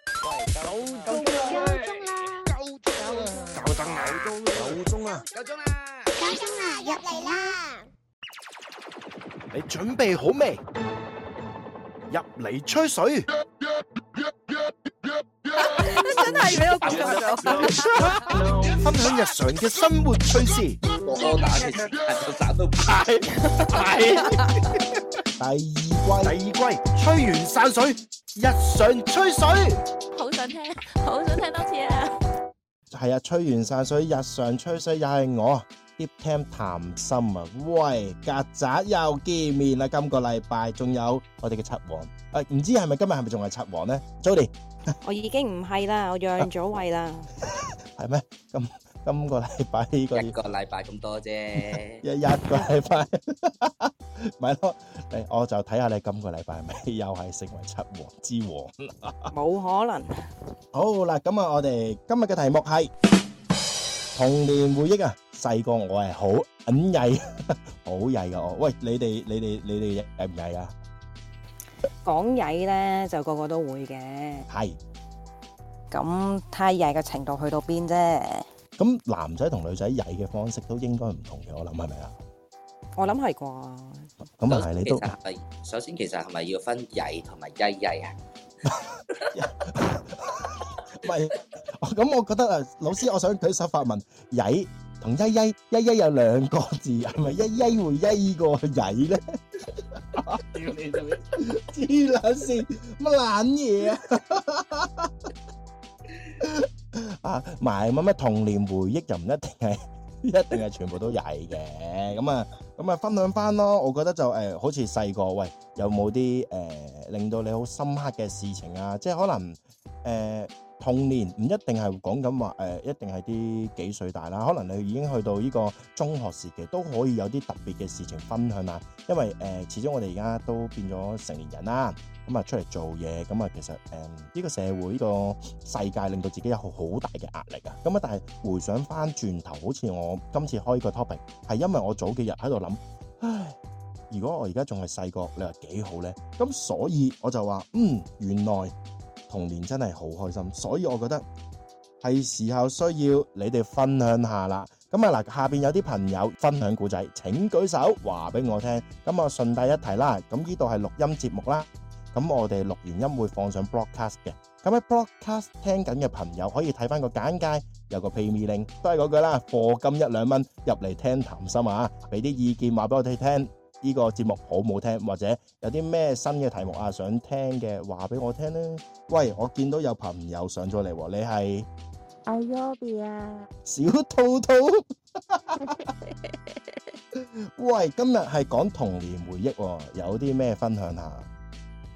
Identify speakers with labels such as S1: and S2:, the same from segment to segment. S1: 夠鐘啦！夠鐘啦！
S2: 夠鐘啦！夠鐘
S3: à?
S2: 啦！
S1: 夠鐘啦！
S4: 夠鐘啦，入嚟啦！
S2: 你準備好未？入嚟吹水。
S5: 真係俾我估中咗。
S2: 分享日常嘅生活趣事。
S1: 我都打嘅，我手都拍
S2: 第二季，第二季吹完散水，日常吹水。
S5: 好想聽，好想聽多次啊！
S2: 係啊，吹完散水，日常吹水又係我。Deep Cam 談心啊，喂，曱甴又見面啦！今個禮拜仲有我哋嘅七王，誒、唔知係咪今日係咪仲係七王呢 j o d y
S6: 我已經唔係啦，我讓咗位啦。
S2: 係咩？ 今今個禮拜呢 個
S1: 一個禮拜咁多 啫。
S2: 一一個禮拜， 咪咯，誒我就睇下你今個禮拜係咪又係成為七王之王。
S6: 冇可能，
S2: 好啦，咁啊，我哋今日嘅題目係童年回憶啊。細個我係好隱曳， 好曳噶我。喂，你哋你哋你哋曳唔曳啊？
S6: 講曳咧就個個都會嘅，
S2: 係。
S6: 咁睇下曳嘅程度去到邊啫。
S2: 咁男仔同女仔曳嘅方式都應該唔同嘅，我諗係咪啊？
S6: 我諗係啩，
S2: 咁啊係你都
S1: 首先其實係咪首先其實係咪要分曳同埋曳曳啊？
S2: 唔係，哦咁我覺得啊，老師，我想舉手發問，曳同曳曳曳曳有兩個字，係
S1: 嗯
S2: 咪曳曳會曳過曳咧？
S1: 屌你老味！
S2: 黐撚線，乜撚嘢啊？啊，埋乜乜童年回憶就唔一定係， 一定係全部都曳嘅。咁啊，咁啊，分享翻咯。我覺得就誒、呃好似細個喂，有冇啲誒令到你好深刻嘅事情啊？即係可能誒、呃童年唔一定係講緊話誒，一定係啲幾歲大啦。可能你已經去到呢個中學時期，都可以有啲特別嘅事情分享啊。因為誒、呃始終我哋而家都變咗成年人啦，咁啊出嚟做嘢，咁啊其實誒呢、個社會呢個世界令到自己有好大嘅壓力啊。咁啊，但係回想翻轉頭，好似我今次開個 topic 係因為我早幾日喺度諗，唉，如果我而家仲係細個，你話幾好呢？咁所以我就話，嗯，原來童年真係好開心，所以我覺得係時候需要你哋分享下啦。咁啊嗱，下邊有啲朋友分享故仔，請舉手話俾我聽。咁我順帶一提啦，咁呢度係錄音節目啦。咁我哋錄完音會放上 broadcast 嘅。咁喺 broadcast 聽緊嘅朋友可以睇翻個簡介，有個 PayMe link，都係嗰句啦，課金一兩蚊入嚟聽談心啊，俾啲意見話俾我哋聽。呢個節目好唔好聽，或者有啲咩新嘅題目啊想聽嘅，話俾我聽呢。喂，我見到有朋友上咗嚟喎，你係
S7: 阿 Yobi 啊，
S2: 小兔兔。喂，今日係講童年回憶喎，有啲咩分享下？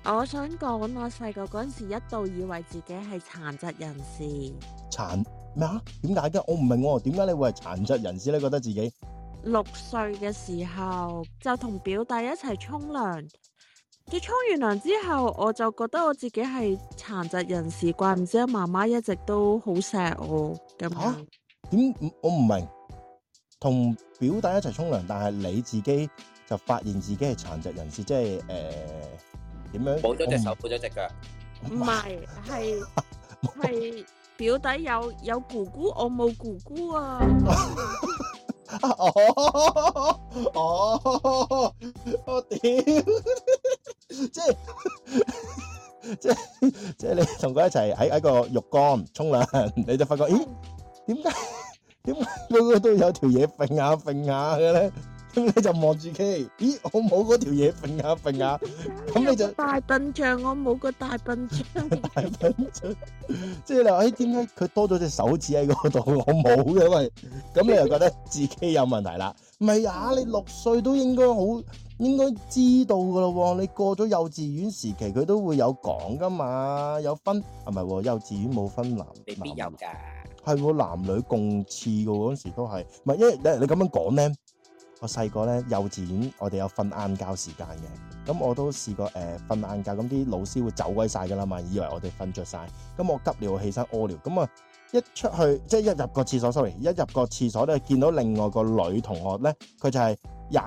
S7: 我想講我細個嗰陣時一度以為自己係殘疾人士，
S2: 殘咩啊？點解嘅？我唔明喎，點解你會係殘疾人士咧？覺得自己
S7: 六歲嘅時候就同表弟一齊沖涼，佢沖完涼之後我就覺得我自己係殘疾人士，怪唔之得媽媽一直都好錫我咁樣。
S2: 嚇點唔我唔明，同表弟一齊沖涼，但係你自己就發現自己係殘疾人士，即係誒點樣？
S1: 冇咗隻手，冇咗隻腳，
S7: 唔係， 係係表弟有有姑姑，我冇姑姑啊。
S2: 哦哦，我屌！即係即係即係你同佢一齊喺喺個浴缸沖涼，你就發覺咦點解 點解個個都有條嘢揈下揈下嘅咧？咁你就望住佢，咦我冇嗰條嘢揈下揈下，咁你就〜
S7: 大笨象，我冇個大笨 象。
S2: 大笨象，即係你話誒哎點解佢多咗隻手指喺嗰度，我冇嘅喂，咁你又覺得自己有問題啦？唔係啊，你六歲都應該好應該知道噶咯喎，你過咗幼稚園時期佢都會有講噶嘛，有分啊唔係喎，幼稚園冇分男
S1: 未必有
S2: 男
S1: 㗎。
S2: 係喎，男女共廁嘅喎，嗰時都係，唔係因為你你咁樣講咧，我細個咧幼稚園我哋有瞓晏覺時間嘅，咁我都試過誒瞓晏覺，咁啲老師會走鬼晒㗎啦嘛，以為我哋瞓着晒。咁我急尿起身屙尿，咁啊一出去即係一入個廁所，sorry，一入個廁所咧見到另外個女同學咧，佢就係廿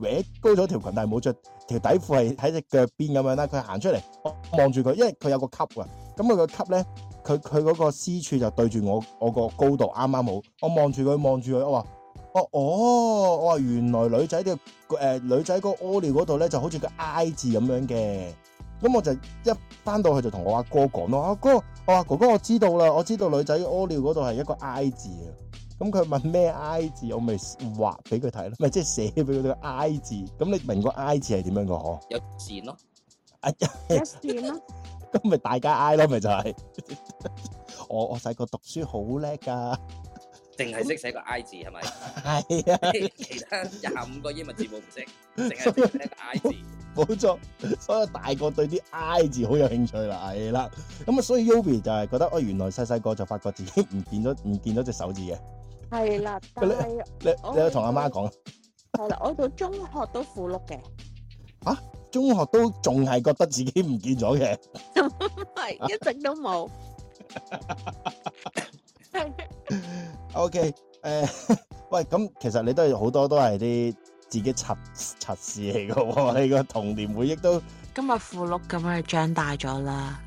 S2: 搲高咗條裙，但係冇着條底褲係喺只腳邊咁樣啦。佢行出嚟，我望住佢，因為佢有個級啊。咁佢個級咧，佢佢嗰個私處就對住我我個高度啱啱好。我望住佢，望住佢，我話：哦哦，我話原來女仔嘅誒女仔個屙尿嗰度咧，就好似個 I 字咁樣嘅。咁我就一翻到去就同我阿哥講咯，阿哥，我話哥哥我知道啦，我知道女仔屙尿嗰度係一個 I 字啊。咁佢問咩 I 字，我咪畫俾佢睇咯，咪即係寫俾佢個 I 字。咁你明個 I 字係點樣個嗬？
S1: 有線咯，
S7: 一線咯，
S2: 咁咪大家 I 咯，咪就係、 我我細個讀書好叻㗎，
S1: 淨係識寫個 I 字係咪？
S2: 係啊，
S1: 其他廿五個英文字母唔識，淨係識寫個 I 字。
S2: 冇錯。所以我大個對啲 I 字好有興趣啦，係啦。咁啊，所以 Yobi 就係覺得，哦，原來細細個就發覺自己唔見咗 唔見咗隻手指嘅。
S7: 係啦，但
S2: 咧
S7: 係
S2: 你你有同阿媽講啊？
S7: 係啦，我到中學都苦碌嘅，
S2: 中學都仲係覺得自己唔見咗嘅。
S7: 係一直都冇。
S2: O K，誒， 喂，咁其實你都係好多都係啲自己柒柒事嚟嘅喎，你個童年回憶都
S7: 今日苦碌咁樣長大咗啦，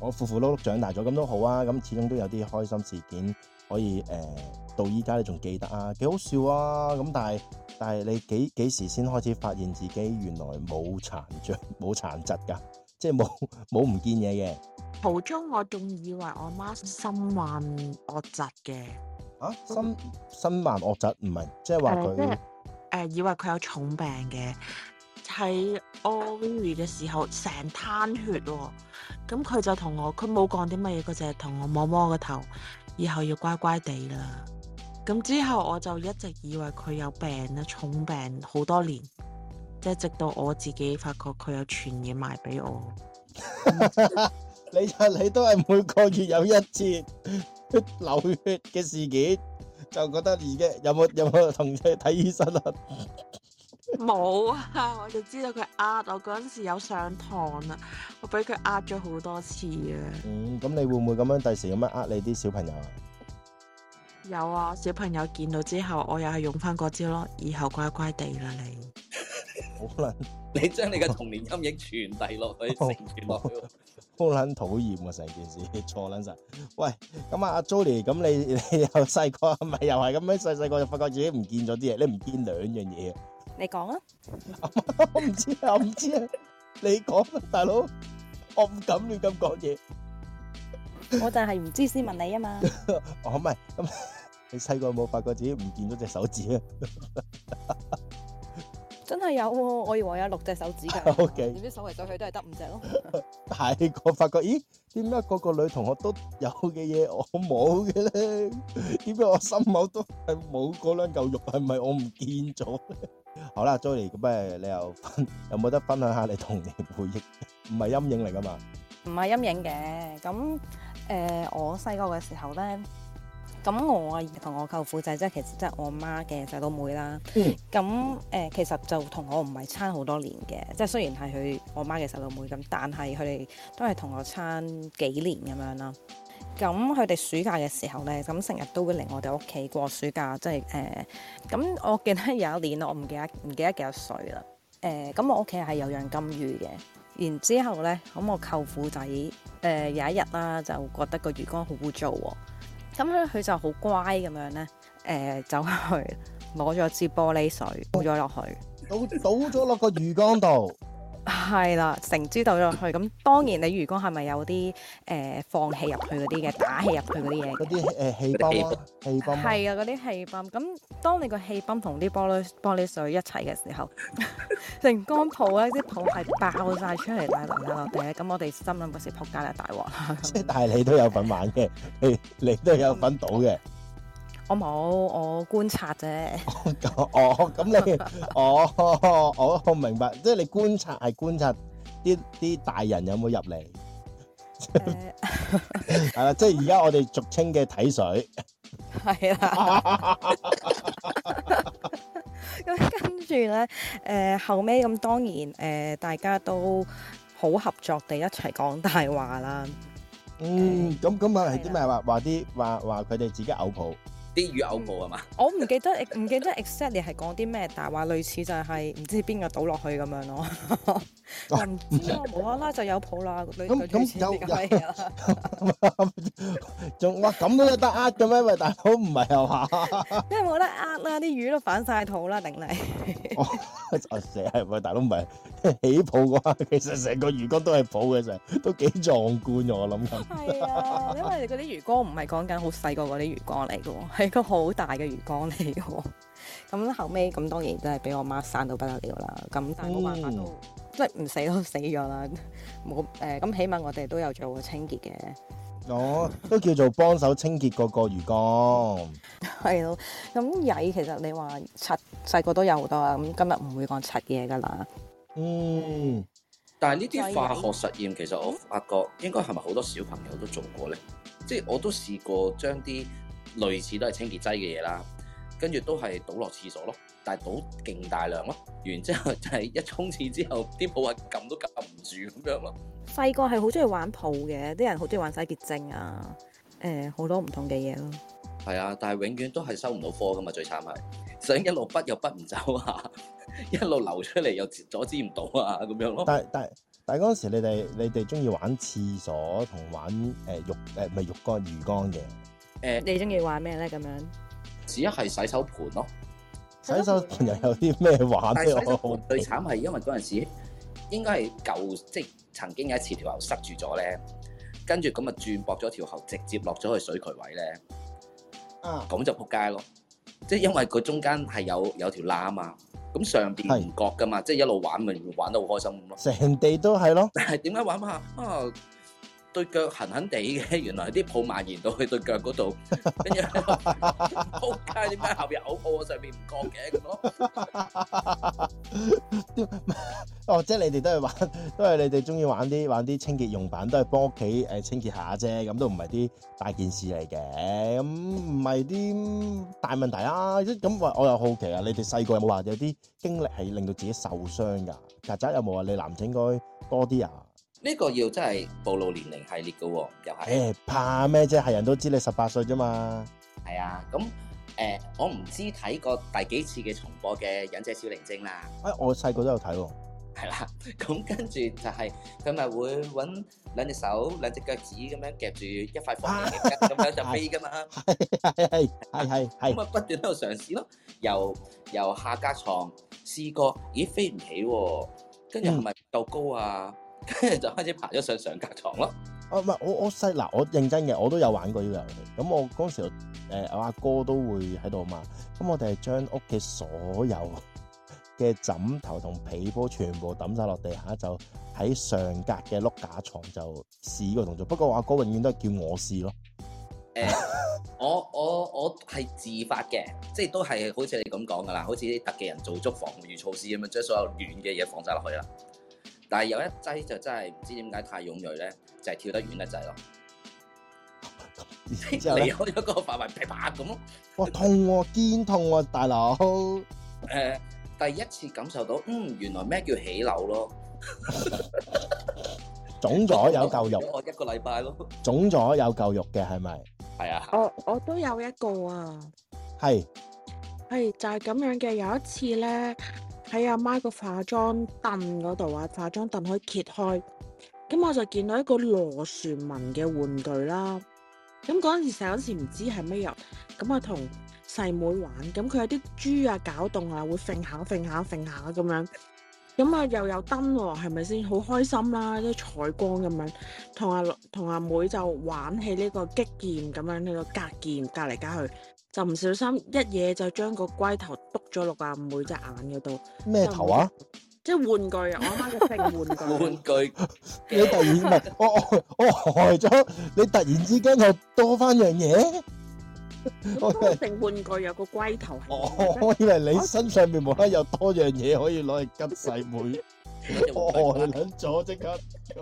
S2: 我苦苦碌碌長大咗，咁都好啊，咁始終都有啲開心事件可以誒、呃到依家你仲記得啊，幾好笑啊，咁但係。但係你幾幾時先開始發現自己原來冇殘 障、冇殘疾㗎？即係冇 冇唔見嘢嘅
S7: 途中我仲以為我媽心患惡疾嘅，
S2: 啊？身身患惡疾唔係，即係話
S7: 誒即係
S2: 佢
S7: 誒呃以為佢有重病嘅，喺 o v i 嘅時候成灘血喎、咁佢就同我，佢冇講啲乜嘢，佢就係同我摸摸個頭，以後要乖乖地啦。咁之後我就一直以為佢有病啦，重病好多年，即係直到我自己發覺佢有傳染埋俾我。
S2: 你就你都係每個月有一次流血嘅事件，就覺得而家有冇有冇同你睇醫生啊？
S7: 冇啊！我就知道佢呃我嗰陣時有上堂啊，我俾佢呃咗好多次啊。
S2: 嗯，咁你會唔會咁樣第時咁樣呃你啲小朋友啊？
S7: 有啊，小朋友見到之後，我又係用翻嗰招咯，以後乖乖地啦你。
S2: 好撚
S1: 你將你嘅童年陰影傳遞落去，承傳落去。
S2: 好撚討厭啊！成件事錯撚晒。喂，咁啊，阿 Jolie，咁你 你又細個係咪又係咁樣細細個就發覺自己唔見咗啲嘢？你唔見兩樣嘢啊？
S6: 你講啊，
S2: 我唔知啊，我唔知啊，你講啦，大佬，我唔敢亂咁講嘢。
S6: 我就係唔知先問你啊嘛。
S2: 哦，唔係咁， 你細個有冇發覺自己唔見咗隻手指啊？
S6: 真係有喎，我以為我有六隻手指㗎。
S2: OK
S6: 點知手嚟手去都係得五隻咯。
S2: 大個發覺，咦？點解個個女同學都有嘅嘢我冇嘅咧？點解我心口都係冇嗰兩嚿肉？係咪我唔見咗咧？好啦，Jolie，咁啊誒，你又分有冇得分享下你童年回憶？唔係陰影嚟噶嘛？
S6: 唔係陰影嘅。咁誒、呃我細個嘅時候咧，咁我阿姨同我舅父仔即係其實即係我媽嘅細佬妹啦。
S2: 嗯
S6: 咁誒、呃其實就同我唔係差好多年嘅，即係雖然係佢我媽嘅細佬妹咁，但係佢哋都係同我差幾年咁樣啦。咁佢哋暑假嘅時候咧，咁成日都會嚟我哋屋企過暑假，即係誒。呃咁、我記得有一年我唔記得唔記得幾多歲啦。誒、咁我屋企係有養金魚嘅。然之後咧，咁我舅父仔誒、呃有一日啦，就覺得個魚缸好污糟喎，咁咧佢就好乖咁樣咧，誒、走去攞咗支玻璃水倒咗落去，
S2: 倒倒咗落個魚缸度，
S6: 係啦，成支倒咗落去。咁當然你魚缸係咪有啲誒、呃放氣入去嗰啲嘅，打氣入去嗰啲嘢
S2: 嗰
S6: 嘅？
S2: 啲誒氣泵啊，氣泵啊
S6: 係啊，嗰啲氣泵。咁當你個氣泵同啲玻璃玻璃水一齊嘅時候， 成缸泡咧啲泡係爆晒出嚟，大淋大落地咧。咁我哋心諗嗰時撲街啦，大鑊啦！
S2: 即係但係你都有份玩嘅，你你都有份倒嘅。
S6: 我冇，我觀察啫。
S2: 哦，咁你，哦，我我明白，即係你觀察係觀察啲啲大人有冇入嚟，哦
S6: 誒
S2: 係啦，即係而家我哋俗稱嘅睇水，
S6: 係啦。咁跟住咧，誒、後尾咁當然誒、大家都好合作地一齊講大話啦。
S2: 嗯，咁咁啊係啲咩話話啲話話佢哋自己嘔泡，
S1: 啲魚嘔吐啊嘛，
S6: 我唔記得唔記得 exactly 係講啲咩，但話類似就係唔知邊個倒落去咁樣咯。我唔知啊，無啦啦就有抱啦，類
S2: 哦咁
S6: 類似
S2: 咁有
S6: 啲咁嘅嘢 啦。
S2: 仲哇咁都得呃嘅咩？喂，大佬唔係啊嘛？
S6: 因為冇得呃啦，啲魚都反晒肚啦，定嚟。
S2: 我成日喂大佬唔係 起泡嘅話，其實成個魚缸都係泡嘅，成都幾壯觀嘅我諗緊。
S6: 係 啊，因為嗰啲魚缸唔係講緊好細個嗰啲魚缸嚟嘅喎， 係一個好大嘅魚缸嚟嘅喎。咁後尾咁當然真係俾我媽生到不得了啦。咁但係冇辦法
S2: 嗯
S6: 都、即係唔死都 死咗啦。冇誒咁，起碼我哋都有做過清潔嘅。
S2: 哦，都叫做幫手清潔嗰個魚缸。
S6: 係咯，咁曳其實你話柒細個都有好多啊，咁今日唔會講柒嘢噶啦。
S2: 嗯，
S1: 但係呢啲化學實驗其實我發覺應該係咪好多小朋友都做過咧？即係我都試過將啲類似都係清潔劑嘅嘢啦，跟住都係倒落廁所咯，但係倒勁大量咯，完之後就係一沖廁之後啲泡啊撳都撳唔住咁樣咯。
S6: 細個係好中意玩抱嘅，啲人好中意玩洗潔精啊，誒、好多唔同嘅嘢咯。
S1: 係啊，但係永遠都係收唔到科噶嘛，最慘係想一路筆又筆唔走啊， 一路流出嚟又阻止唔到啊，咁樣咯。
S2: 但但但嗰陣時你哋你哋中意玩廁所同玩誒、浴誒唔係浴缸魚缸嘅
S6: 你中意玩咩咧？咁樣
S1: 只係洗手盤咯，
S2: 洗手盆又有啲咩玩
S1: 但
S2: 咧？
S1: 係洗手
S2: 我啊好
S1: 盤最慘係因為嗰陣時應該係舊，即係曾經有一次條喉塞住咗咧，跟住咁啊轉駁咗條喉，直接落咗去水渠位咧，
S2: 啊！
S1: 咁就撲街咯。即係因為佢中間係有有條罅啊嘛，咁上邊
S2: 係
S1: 唔覺噶嘛，即係一路玩咪玩得好開心咁咯。
S2: 成地都係咯，
S1: 但係點解玩下啊？對腳痕痕地嘅，原來啲泡蔓延到去對腳嗰度，跟住 仆街點解後邊嘔泡我上邊唔覺嘅咁咯？
S2: 哦，即係你哋都係玩， 都係你哋中意玩啲玩啲清潔用品，都係幫屋企誒清潔下啫，咁都唔係啲大件事嚟嘅，咁唔係啲大問題啊！即係咁我我又好奇啊，你哋細個有冇話有啲經歷係令到自己受傷㗎？曱甴有冇啊？你男仔應該多啲啊！
S1: 呢個要真係暴露年齡系列嘅喎，又係。
S2: 誒怕咩啫？係人都知你十八歲啫嘛。
S1: 係啊，咁誒、呃我唔知睇過第幾次嘅重播嘅《忍者小靈精》啦，
S2: 啊，我細個都有睇喎。
S1: 係啦，咁跟住就係佢咪會揾兩隻手、兩隻腳趾咁樣夾住一塊防嘅筋，咁樣就飛噶嘛，
S2: 係係係係係
S1: 咁啊不斷喺度嘗試咯，由由下格床試過，咦飛唔起喎、跟住係咪唔夠高啊？跟住就開始爬咗上上格床咯，
S2: 啊唔係我我細嗱，我認真嘅，我都有玩過呢個遊戲。咁我嗰陣時誒我阿哥都會喺度嘛。咁我哋係將屋企所有嘅枕頭同被鋪全部抌晒落地下，就喺上格嘅碌架床就試呢個動作。不過我阿哥永遠都係叫我試咯。
S1: 我我我係自發嘅，即係都係好似你咁講噶啦，好似啲特技人做足防禦措施咁樣，將所有軟嘅嘢放晒落去啦。但係有一劑就真係唔知點解太踴躍咧，就係、跳得遠得滯咯，
S2: 然
S1: 離
S2: 之後咧，
S1: 開咗個範圍噼啪咁咯。
S2: 哇痛喎、肩痛喎、大佬。
S1: 誒、第一次感受到，嗯，原來咩叫起樓咯，
S2: 腫咗有嚿肉，
S1: 我一個禮拜咯。
S2: 腫咗有嚿肉嘅係咪？
S1: 係啊，
S7: 我哦我都有一個啊，
S2: 係
S7: 係就係、咁樣嘅。有一次咧，喺阿媽個化妝凳嗰度啊，化妝凳可以揭開，咁我就見到一個螺旋紋嘅玩具啦。咁嗰陣時細嗰陣時唔知係乜嘢，咁啊同細妹玩，咁佢有啲豬啊搞動啊，會揈下揈下揈下咁樣。咁啊又有燈喎、係咪先？好開心啦，啲彩光咁樣。同阿同阿妹就玩起呢個擊劍咁樣，呢、個隔劍隔嚟隔去，就唔小心一嘢就將個龜頭篤咗落阿妹隻眼嗰度，
S2: 咩 頭啊？
S7: 即係玩具啊！我阿媽嘅性
S1: 玩
S7: 玩具。
S1: 具
S2: 你突然唔係我我我害咗你，突然之間又多翻樣嘢。
S7: 咁嗰個性玩具啊有個龜頭喺度，
S2: 我以為你身上面無啦啦有多樣嘢可以攞嚟吉細妹，我害撚咗即刻。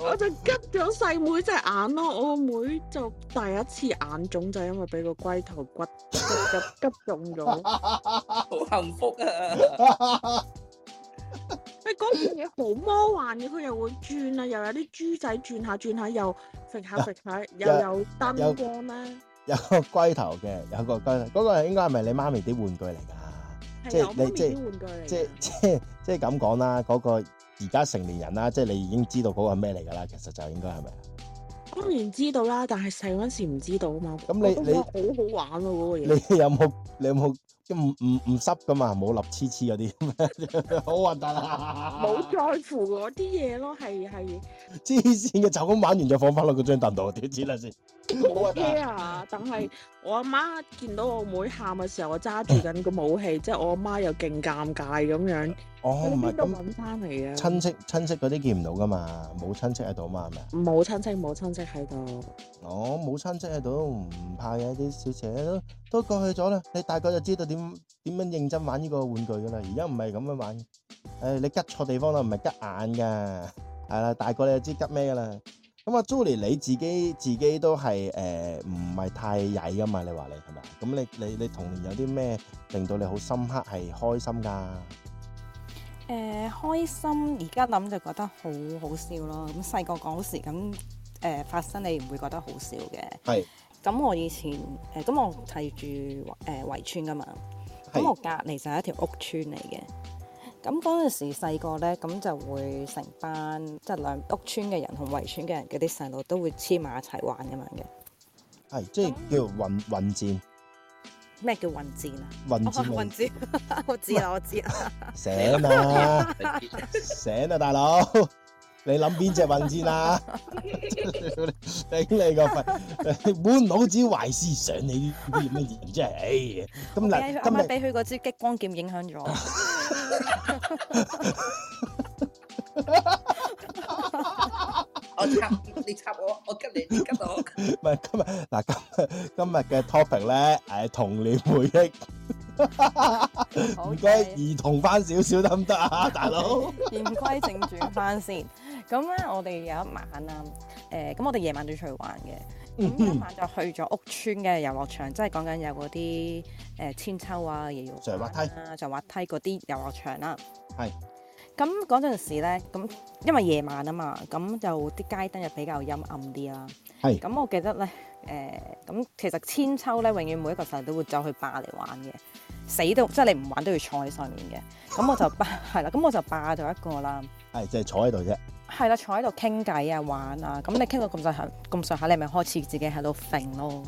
S7: 我就拮咗細妹隻眼咯。我阿妹就第一次眼腫就因為俾個龜頭骨就拮中咗。
S1: 好幸福啊！
S7: 你嗰樣嘢好魔幻嘅，佢又會轉啊，又有啲豬仔轉下轉下，又揈下揈下，又有燈光咧。
S2: 有個龜頭嘅，有個龜頭，嗰、個應該係咪你媽咪啲玩具嚟㗎？
S7: 係
S2: 即係
S7: 我媽
S2: 你
S7: 咪
S2: 即係
S7: 啲玩具嚟
S2: 即
S7: 嘅
S2: 係 即係即係咁講啦，嗰、個而家成年人啦，即係你已經知道嗰個係咩嚟㗎啦，其實就應該係咪？
S7: 當然知道啦，但係細嗰陣時唔知道啊嘛。
S2: 咁你
S7: 我覺得哇好好玩咯嗰個嘢，
S2: 你有冇你有冇唔唔唔濕㗎嘛？冇立黐黐嗰啲， 好核突啊！
S7: 冇在乎嗰啲嘢咯，係 係
S2: 黐線嘅，就咁玩完就放翻落嗰張凳度，屌黐啦先，好核突啊！
S7: care 啊。但係我阿媽見到我妹喊嘅時候，我揸住緊個武器，即係我阿媽又勁尷尬咁樣。
S2: 哦，
S7: 喺
S2: 唔係
S7: 邊度
S2: 咁
S7: 揾翻嚟啊嘅？
S2: 親戚親戚嗰啲見唔到㗎嘛，冇親戚喺度嘛，係咪啊？
S7: 冇親戚冇親戚喺度，
S2: 哦，冇親戚喺度都唔怕嘅，啲小姐都都過去咗啦。你大概就知道點點樣認真玩呢個玩具噶啦。而家唔係咁樣玩，誒、你吉錯地方啦，唔係吉眼噶，係啦，大概你就知吉咩噶啦。咁啊，Julie 你自己自己都係誒唔係太曳噶嘛？你話你係咪？咁你你你童年有啲咩令到你好深刻係開心㗎？
S6: 誒、呃開心，而家諗就覺得好好笑咯。咁細個講時咁誒、呃發生，你唔會覺得好笑嘅。
S2: 係。
S6: 咁我以前誒咁、我睇住誒圍村噶嘛，咁我
S2: 係
S6: 隔離就係一條屋村嚟嘅。咁嗰陣時細個咧，咁就會成班即係兩屋村嘅人同圍村嘅人嗰啲細路都會黐埋一齊玩咁樣嘅。
S2: 係，即係叫混混戰
S6: 咩叫混戰啊？
S2: 混
S6: 哦
S2: 戰
S6: 混戰， 我知啦，我知啦。
S2: 醒啦！
S1: 你知
S2: 醒啦，大佬！ 你諗邊只混戰啊？ 頂你個肺！ 你滿腦子壞思想，你啲咩嘢真係？哎呀咁嗱，
S6: 俾佢阿媽
S2: 今日
S6: 俾佢嗰支激光劍影響 咗，
S1: 我插你插我，我吉你，你吉我。
S2: 唔係今日 嗱，今今日嘅 topic 咧，誒童年回憶，
S6: 好
S2: 唔該
S6: 嘅
S2: 兒童翻少少得唔得啊， 大佬？
S6: 言歸正傳翻先。咁咧，我哋有一晚啦，誒、咁我哋夜晚都出去玩嘅。咁有一晚就去咗屋村嘅遊樂場，即係講緊有嗰啲誒千秋啊、椰肉
S2: 上滑梯
S6: 啊、上滑梯嗰啲遊樂場啦。
S2: 係。
S6: 咁嗰陣時咧，咁因為夜晚啊嘛，咁就啲街燈就比較陰暗啲啦。
S2: 係
S6: 咁我記得咧，誒、咁其實千秋咧，永遠每一個細路都會走去霸嚟玩嘅，死都即係你唔玩都要坐喺上面嘅。咁我就霸 係啦，咁我就霸咗一個啦。
S2: 係就係坐喺度啫，
S6: 係啦，坐喺度傾偈啊，玩啊，咁你傾到咁上下，咁上下你咪開始自己喺度揈咯。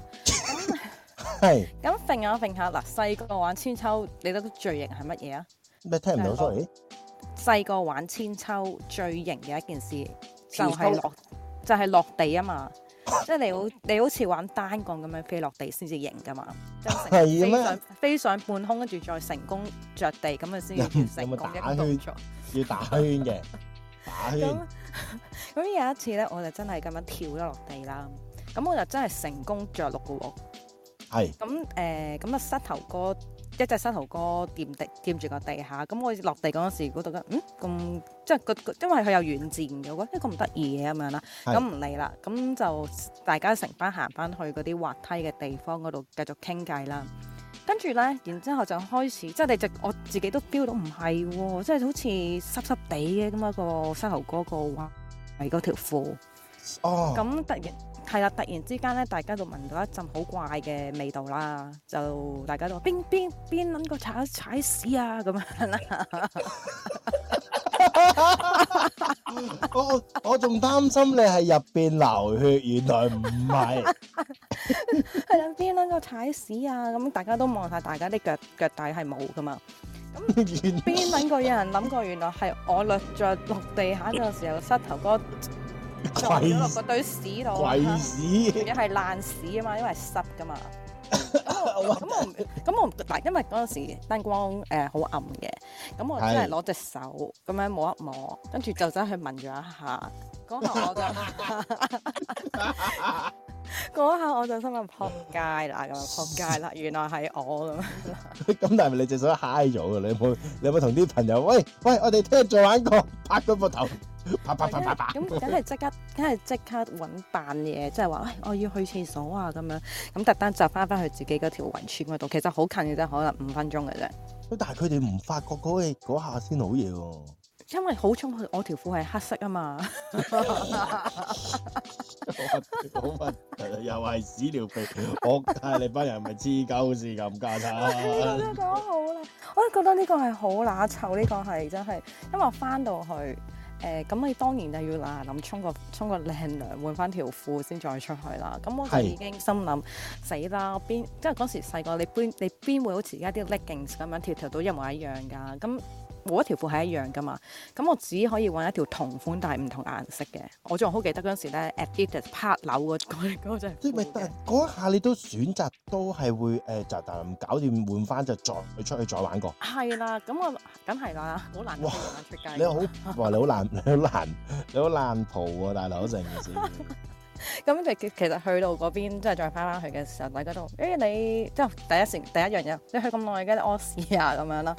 S2: 係
S6: 咁揈下揈下，嗱細個玩千秋，你覺得最型係乜嘢啊？
S2: 咩聽唔到
S6: 上堂
S2: ？sorry，
S6: 細個玩千秋最型嘅一件事就
S2: 跳秋
S6: 係落就係落地啊嘛，即係你好你好似玩單槓咁樣飛落地先至型噶 嘛，就成
S2: 係嘅
S6: 飛
S2: 咩
S6: 上飛上半空，跟住再成功着地咁啊先
S2: 有
S6: 至成
S2: 有冇
S6: 功
S2: 打
S6: 一個動
S2: 圈
S6: 作。
S2: 要打圈嘅，打圈
S6: 咁 咁有一次咧，我就真係咁樣跳咗落地啦。咁我就真係成功着陸嘅喎。
S2: 係
S6: 咁誒咁啊，膝頭哥一隻膝頭哥掂地掂住個地下。咁我落地嗰陣時，嗰度覺得嗯咁即係個個因為佢有軟墊嘅，我覺得咦咁得意嘅咁樣啦。
S2: 係
S6: 咁唔理啦，咁就大家成班行翻去嗰啲滑梯嘅地方嗰度繼續傾偈啦。跟住咧，然之後就開始，即係你直我自己都 feel 到唔係喎，即係好似濕濕地嘅咁啊個膝頭哥個位係嗰條褲。
S2: 哦，
S6: 咁突然係啦，突然之間咧，大家就聞到一陣好怪嘅味道啦，就大家都話邊邊邊撚個踩踩屎啊咁樣啦，
S2: 我我我仲擔心你係入邊流血，原來唔 係。
S6: 係啦，邊撚個踩屎啊咁，大家都望晒大家啲腳腳底係冇噶嘛，
S2: 原
S6: 邊撚個有人諗過原來係我掠着落地下嘅時候，膝頭哥撞咗落嗰堆屎度啊，
S2: 啊鬼
S6: 仲
S2: 屎！
S6: 要係爛屎啊嘛，因為係濕噶嘛。咁我唔咁我唔嗱，因為嗰陣時燈光誒好、暗嘅，咁我真
S2: 係
S6: 係攞隻手咁樣摸一摸，跟住就走去聞咗一下，嗰下我就 嗰下我就心諗撲街啦，咁樣啊撲街啦，原來係我咁樣。
S2: 咁但係你隻手嗨咗㗎？你有冇你有冇同啲朋友喂喂，我哋聽日再玩過，拍佢個頭，啪啪啪啪啪。
S6: 咁梗係即刻，梗係即刻揾扮嘢，即係話，喂，我要去廁所啊咁樣，咁特登就翻翻去自己嗰條圍村嗰度，其實好近嘅啫，可能五分鐘嘅啫。
S2: 咁但係佢哋唔發覺嗰嘢嗰下先好嘢喎。
S6: 因為好衝，我條褲係黑色啊嘛，
S2: 好核突啊！又係屎尿屁，我睇你班人係咪黐鳩線咁家
S6: 呢個
S2: 產
S6: 真係講好啦，我都覺得呢個係好乸臭，呢、個係真係，因為我翻到去誒，咁、你當然就要嗱諗沖個沖個靚涼，換翻條褲先再出去啦。咁我就
S2: 係
S6: 已經心諗死啦，我邊即係嗰時細個，你邊你邊會好似而家啲 leggings 咁樣條條都一模一樣㗎？咁冇一條褲係一樣㗎嘛，咁我只可以揾一條同款但係唔同顏色嘅。我仲好記得嗰陣時咧，Adidas 拍樓嗰嗰嗰隻
S2: 即係咪
S6: 褲？
S2: 但
S6: 嘅
S2: 係嗰一下你都選擇都係會誒就大咁搞掂換翻就再出去再玩過。
S6: 係啦，咁我梗係啦，好難得
S2: 哇
S6: 佢出街
S2: 你。好，哇！你好爛，你好爛，你好爛蒲喎，大佬成件事。
S6: 咁就其其實去到嗰邊，即係再翻翻去嘅時候，大家都誒、欸你即係第一時第一樣嘢，你去咁耐嘅，你屙屎啊咁樣啦。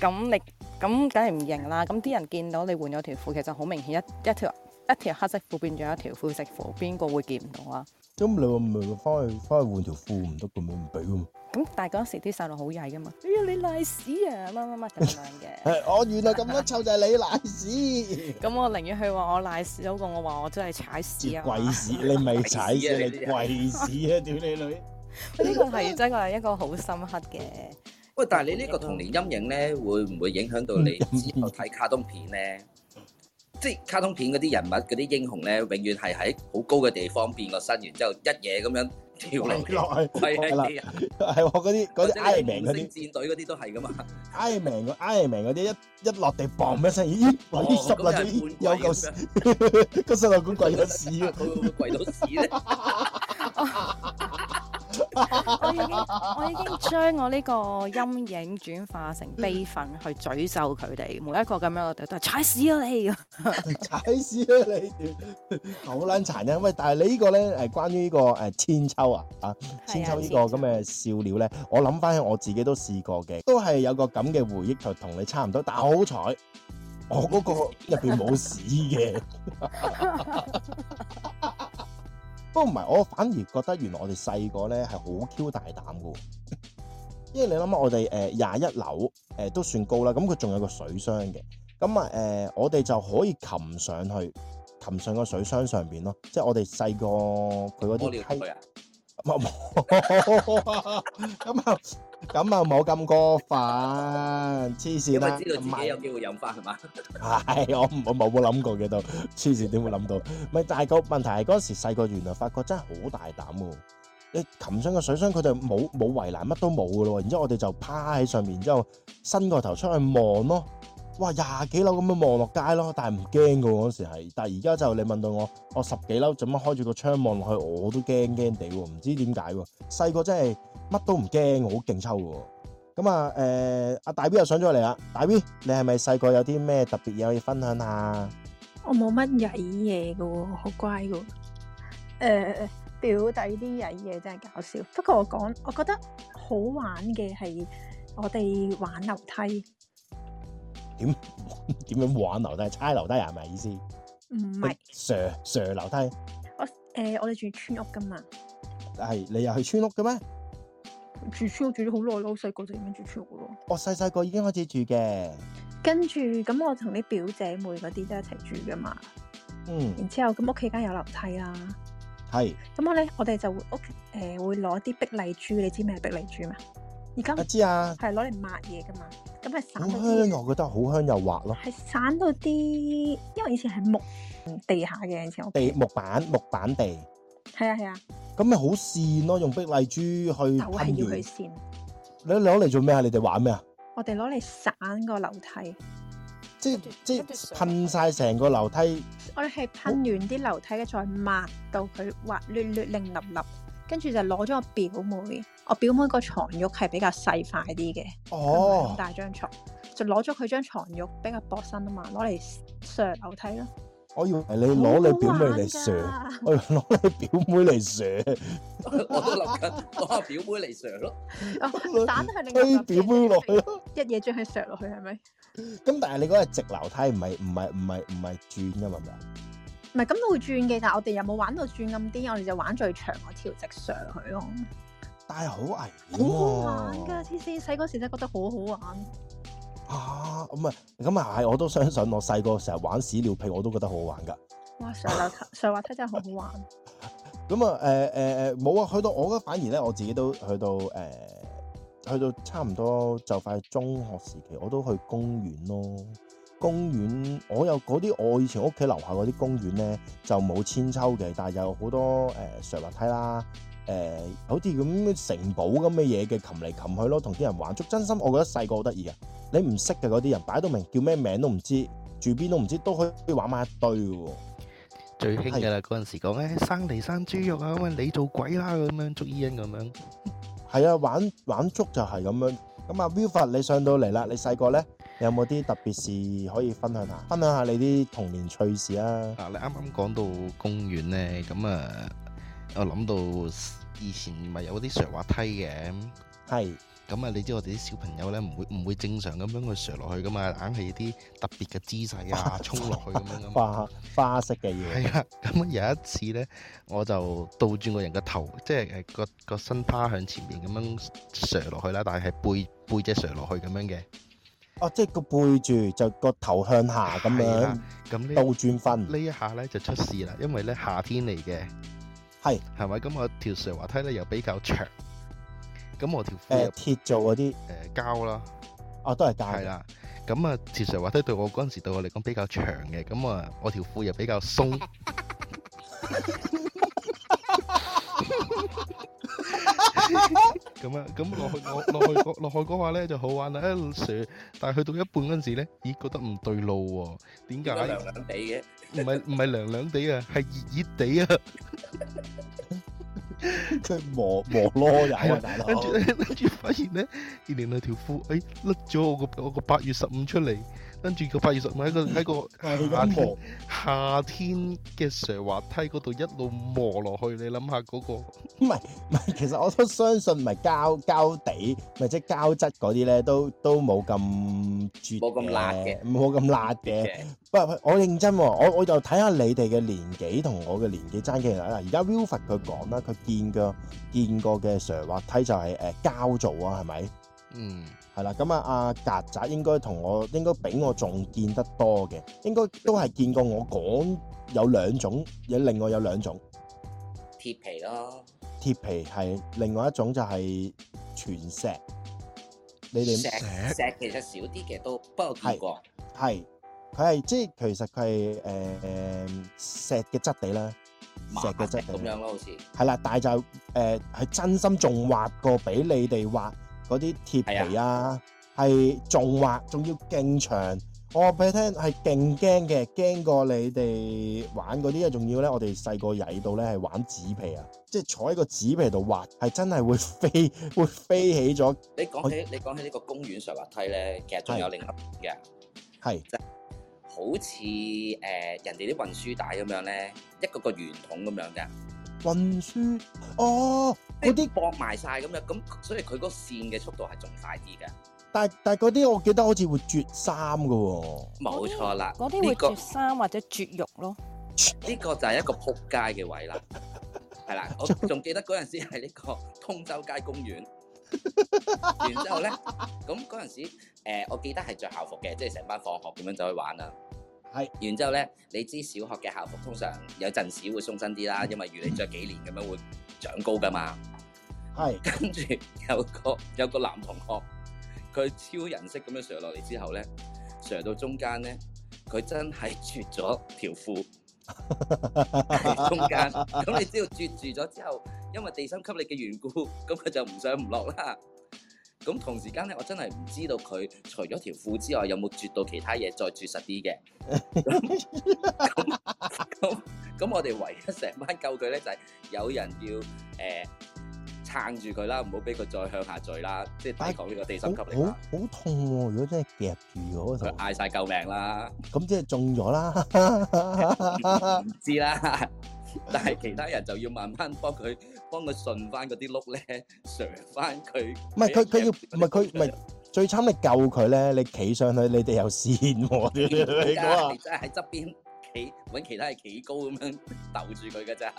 S6: 咁你咁梗係唔認啦。咁啲人見到你換咗條褲，其實好明顯一一條一條黑色褲變咗一條灰色褲，邊個會見唔到啊？
S2: 咁你話咪翻去翻去換條褲唔得咁樣唔俾㗎嘛？
S6: 咁但係嗰時啲細路好曳噶嘛，哎呀你賴屎啊乜乜乜咁樣嘅。
S2: 誒，我原來咁多臭就係你賴 屎，
S6: 咁我寧願佢話我賴屎，好過我話我真係踩屎
S2: 接
S6: 啊！
S2: 貴屎，你咪踩屎，你貴屎啊！屌你女！
S6: 呢個係真係一個好深刻嘅。
S1: 喂，但係你呢個童年陰影咧，會唔會影響到你
S2: 嗯
S1: 之後睇卡通片咧？即係卡通片嗰啲人物、嗰啲英雄咧，永遠係喺好高嘅地方變個身，然之後一嘢咁樣跳落嚟。
S2: 落去
S1: 係啊係啊，
S2: 哦係我嗰啲嗰
S1: 或
S2: 啲
S1: 者
S2: Iron
S1: 你
S2: Man 嗰
S1: 五
S2: 啲
S1: 星戰隊嗰啲都係啊噶嘛。
S2: Iron Man 個 Iron Man 嗰啲一一落地嘣一聲，咦！
S1: 哦
S2: 喂，十落
S1: 咁
S2: 咗
S1: 又係
S2: 咦
S1: 半
S2: 有嚿
S1: 跪
S2: 屎
S1: 咁樣
S2: 個細路管跪咗屎 啊喎！
S1: 佢會唔會跪到屎咧？
S6: 我已經我已經將我呢個陰影轉化成悲憤，去詛咒佢哋每一個咁樣嘅隊都係踩屎啊你！
S2: 踩屎啊你！好撚殘忍喂！但係你呢個咧誒，關於呢個誒千秋啊啊千秋呢個咁嘅笑料咧，我諗翻起我自己都試過嘅，都係有個咁嘅回憶，就同你差唔多，但好彩我嗰個入邊冇屎嘅。不過唔係，我反而覺得原來我哋細個咧係好 Q 大膽嘅喎，因為你諗下我哋誒廿一樓誒、都算高啦，咁佢仲有個水箱嘅，咁啊誒我哋就可以擒上去，擒上個水箱上邊咯，即係我哋細個
S1: 屙
S2: 佢嗰啲
S1: 尿
S2: 梯
S1: 佢啊！
S2: 冇冇， 咁啊咁啊冇咁過分，黐
S1: 因為
S2: 線
S1: 知道
S2: 啦，
S1: 自
S2: 唔
S1: 己
S2: 係啊
S1: 有機會飲翻係嘛？
S2: 係，我唔我冇諗過嘅都，黐線點會諗到？咪但係個問題係嗰時細個原來發覺真係好大膽喎！你擒上個水箱，佢哋冇冇圍欄，乜都冇嘅咯喎。然之後我哋就趴喺上面，然之後伸個頭出去望咯。哇，廿幾樓咁樣望落街咯，但係唔驚嘅喎嗰時係。但係而家就你問到我，我十幾樓做乜開住個窗望落去，我都驚驚地喎，唔知點解喎。細個真係乜都唔驚，好勁抽嘅喎。咁啊，誒、阿大 B 又上咗嚟啦，大 B，你係咪細個有啲咩特別嘢可以分享下？
S8: 我冇乜曳嘢嘅喎，好乖嘅喎。誒表弟啲曳嘢真係搞笑，不過我講，我覺得好玩嘅係我哋玩樓梯，
S2: 點樣玩樓梯？猜樓梯係咪意思？
S8: 唔係
S2: ，Sir Sir 樓梯，
S8: 我誒、我哋住村屋噶嘛，
S2: 係你又去村屋嘅咩？
S8: 住村屋住咗好耐咯，好細個就已經住村屋咯。
S2: 我細細個已經開始住嘅，
S8: 跟住咁我同啲表姐妹嗰啲都一齊住噶嘛，
S2: 嗯，
S8: 然之後咁屋企梗係有樓梯啦。
S2: 係，
S8: 咁我咧，我哋就會屋企誒會攞啲碧麗珠，你知咩係碧麗珠嘛？而家
S2: 我知啊，
S8: 係攞嚟抹嘢噶嘛，咁係
S2: 好
S8: 散到
S2: 香
S8: 啲
S2: 啊，我覺得好香又滑咯。
S8: 係散到啲，因為以前係木地下嘅，以前我
S2: 地木板木板地，
S8: 係啊係啊，
S2: 咁咪好跣咯，用碧麗珠去
S8: 就
S2: 嗯噴
S8: 係要
S2: 完
S8: 去。線。
S2: 你攞嚟做咩啊？你哋玩咩啊？
S8: 我哋攞嚟散個樓梯，
S2: 即
S6: 跟住
S2: 即
S6: 跟住上
S2: 噴晒成個樓梯。
S8: 我哋係噴完啲樓梯嘅，再抹到佢滑捋捋、令立立，跟住就攞咗我表妹，我表妹個床褥係比較細塊啲嘅，咁
S2: 哦
S8: 咁，大張床，就攞咗佢張床褥比較薄身啊嘛，攞嚟上樓梯咯。
S2: 我以為你攞你表妹嚟
S8: 好好玩
S2: Sir。
S8: 㗎
S2: 我攞你表妹嚟射，
S1: 我都諗緊攞阿表妹嚟 Sir 咯。
S8: 哦散得佢 另
S2: 推
S8: 一
S2: 表妹落去咯。
S8: 一嘢將佢削落去係咪？
S2: 咁但係你嗰個直樓梯唔係唔係唔係唔係轉噶嘛？係咪啊
S8: 唔係咁都會轉嘅，但係我哋又冇玩到轉咁啲，我哋就玩最長嗰條直上去咯。
S2: 但係好危
S8: 好好玩
S2: 險
S8: 㗎，
S2: 喎。
S8: 黐線！細嗰時真係覺得好好玩。
S2: 啊，咁啊，咁啊係，我都相信我細個成日玩屎尿屁，我都覺得好好玩㗎。
S8: 哇！上樓梯上滑梯真係好好玩，
S2: 咁啊誒誒誒冇啊，去到我覺得反而咧，我自己都去到誒、呃去到差唔多就快中學時期，我都去公園咯。公園我有嗰啲，我以前屋企樓下嗰啲公園咧就冇千秋嘅，但係有好多誒、呃上滑梯啦。誒、好似咁城堡咁嘅嘢嘅，擒嚟擒去咯，同啲人玩捉。真心我覺得細個好得意嘅，你唔識嘅嗰啲人擺到明叫咩名都唔知，住邊都唔知，都可以玩埋一堆嘅喎。
S3: 最興㗎啦！嗰陣時講咧，生嚟生豬肉啊，咁啊你做鬼啦咁樣，捉伊人咁樣。
S2: 係啊，玩玩足就係咁樣。咁啊 w i l f r d 你上到嚟啦，你細個咧有冇啲特別事可以分享下？分享下你啲童年趣事啊！
S3: 嗱，你啱啱講到公園咧，咁啊，我諗到以前咪有啲上滑梯嘅，
S2: 係
S3: 咁啊，你知我哋啲小朋友咧唔會唔會正常咁樣去上落去噶嘛，硬係啲特別嘅姿勢啊，衝落去咁樣噶嘛。
S2: 花花式嘅嘢，
S3: 係啊，咁有一次咧，我就倒轉個人個頭，即係誒個個身趴向前面咁樣上落去啦，但係係背背脊上落去咁樣嘅。
S2: 哦，即係個背住就個頭向下咁
S3: 係
S2: 樣
S3: 啦咁呢
S2: 倒轉分，
S3: 呢一下咧就出事啦，因為咧夏天嚟嘅，
S2: 係
S3: 係咪？咁我條上滑梯咧又比較長，咁我條褲
S2: 誒
S3: 又
S2: 鐵做嗰啲，
S3: 誒膠啦，
S2: 哦都係教
S3: 係啦。咁啊，條上滑梯對我嗰陣時對我嚟講比較長嘅，咁啊，我條褲又比較鬆。咁啊，咁落去落落去嗰落去嗰下咧就好玩啦，誒 Sir，但係去到一半嗰陣時咧，咦覺得唔對路喎、點
S1: 點解
S3: 解？
S1: 涼涼地嘅？
S3: 唔係唔係涼涼地啊，係熱熱地啊！
S2: 佢磨磨攞油啊，大佬
S3: 跟住咧，跟住發現咧，原來條褲誒甩咗我個我個八月十五出嚟，跟住個八月十五喺個喺
S2: 係
S3: 個夏
S2: 咁
S3: 天
S2: 磨，
S3: 夏天嘅上滑梯嗰度一路磨落去，你諗下嗰 個
S2: 唔係其實我都相信唔係膠膠地，咪即係膠質嗰啲咧，都都冇咁絕，
S1: 冇咁辣嘅，
S2: 冇咁辣嘅。不，我認真喎、我我就睇下你哋嘅年紀同我嘅年紀爭幾大啦。而家 Wilfred 佢講啦，佢見嘅見過嘅上滑梯就係、誒、膠做啊，係咪？
S3: 嗯
S2: 係啦，咁啊阿曱甴應該同我應該比我仲見得多嘅，應該都係見過我講有兩種，有另外有兩種
S1: 鐵皮咯，
S2: 鐵皮係，另外一種就係全石。你
S1: 石
S2: 哋
S1: 石其實少啲嘅都，不過見過。
S2: 係佢係即係其實佢係誒誒石嘅質地啦，
S1: 麻
S2: 石嘅
S1: 麻
S2: 質
S1: 咁
S2: 地啦
S1: 樣咯，好似
S2: 係啦，但係就誒係、真心仲滑過比你哋滑嗰啲鐵皮啊，係仲滑，仲要勁長。我話俾你聽係勁驚嘅，驚過你哋玩嗰啲啊，仲要咧，我哋細個曳到咧係玩紙皮啊，即係坐喺個紙皮度滑，係真係會飛 會飛起咗，
S1: 你講起你講起呢個公園上滑梯咧，其實仲有
S2: 係
S1: 另一種嘅，
S2: 係
S1: 好似誒、人哋啲運輸帶咁樣咧，一個個圓筒咁樣嘅，
S2: 運輸哦嗰啲。
S1: 駁埋晒咁樣，咁所以佢嗰個線嘅速度係仲快啲嘅。
S2: 但但嗰啲我記得好似會絕衫嘅喎，
S1: 冇錯啦，
S6: 嗰啲
S1: 呢
S6: 會
S1: 個
S6: 絕衫或者絕肉咯。
S1: 呢個就係一個撲街嘅位啦， 係啦，我仲記得嗰陣時係呢個通州街公園，然之後咧，咁嗰陣時、呃、我記得係着校服嘅，即係成班放學咁樣走去玩啊。
S2: 係，
S1: 然之後咧，你知小學嘅校服通常有陣時會鬆身啲啦，因為預你着幾年咁樣會長高噶嘛。嗯
S2: 係
S1: 跟住有個有個男同學，佢超人式咁樣上落嚟之後咧，上到中間咧，佢真係絕咗條 褲喺中間。咁你知道絕住咗之後，因為地心吸力嘅緣故，咁佢就唔上唔落啦。咁同時間咧，我真係唔知道佢除咗條褲之外，有冇絕到其他嘢再絕實啲 嘅。咁咁咁咁，我哋唯一成班救佢咧，就係、有人要誒。呃撐住佢啦，唔好俾佢再向下墜啦，即係抵抗呢個地
S2: 好
S1: 心吸力
S2: 好
S1: 啦。
S2: 好痛喎、如果真係夾住
S1: 佢
S2: 咗嗰
S1: 嗌晒救命啦，
S2: 頭，咁即係中 咗啦。
S1: 唔 知啦。但係其他人就要慢慢幫佢幫佢順翻嗰啲碌咧，上翻佢。
S2: 唔係佢佢要唔係佢唔係最慘，你救佢咧，你企上去，你哋有線喎、你
S1: 你
S2: 講啊，
S1: 真係喺側邊企揾其他嘢企高咁樣 鬥住佢㗎咋。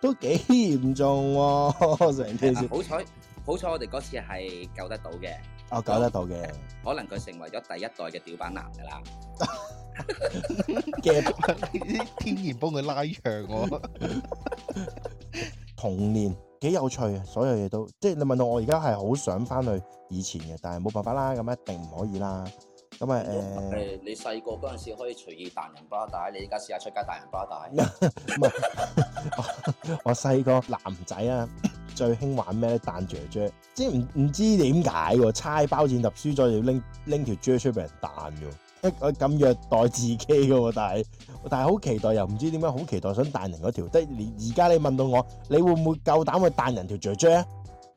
S2: 都幾嚴重喎、 成件 事。
S1: 好彩好彩，我哋嗰次係救得到嘅，
S2: 哦我搞得到嘅，
S1: 可能佢成為咗第一代嘅吊板男㗎啦。
S2: 嘅
S3: 天然幫佢拉長我。
S2: 童年幾有趣啊！所有嘢都即係你問到我而家係好想翻去以前嘅，但係冇辦法啦，咁一定唔可以啦。咁啊誒，
S1: 誒，你細個嗰陣時可以隨意彈人包帶，你而家試下出街彈人包帶。
S2: 我細個男仔啊， 最興玩咩咧？彈雀雀，即係唔唔知點解喎，猜包剪揼輸咗就要拎拎條雀出俾人彈嘅喎。誒我咁虐待自己嘅喎，但係但係好期待，又唔知點解好期待想彈人嗰條。得連而家你問到我，你會唔會夠膽去彈人條雀雀啊？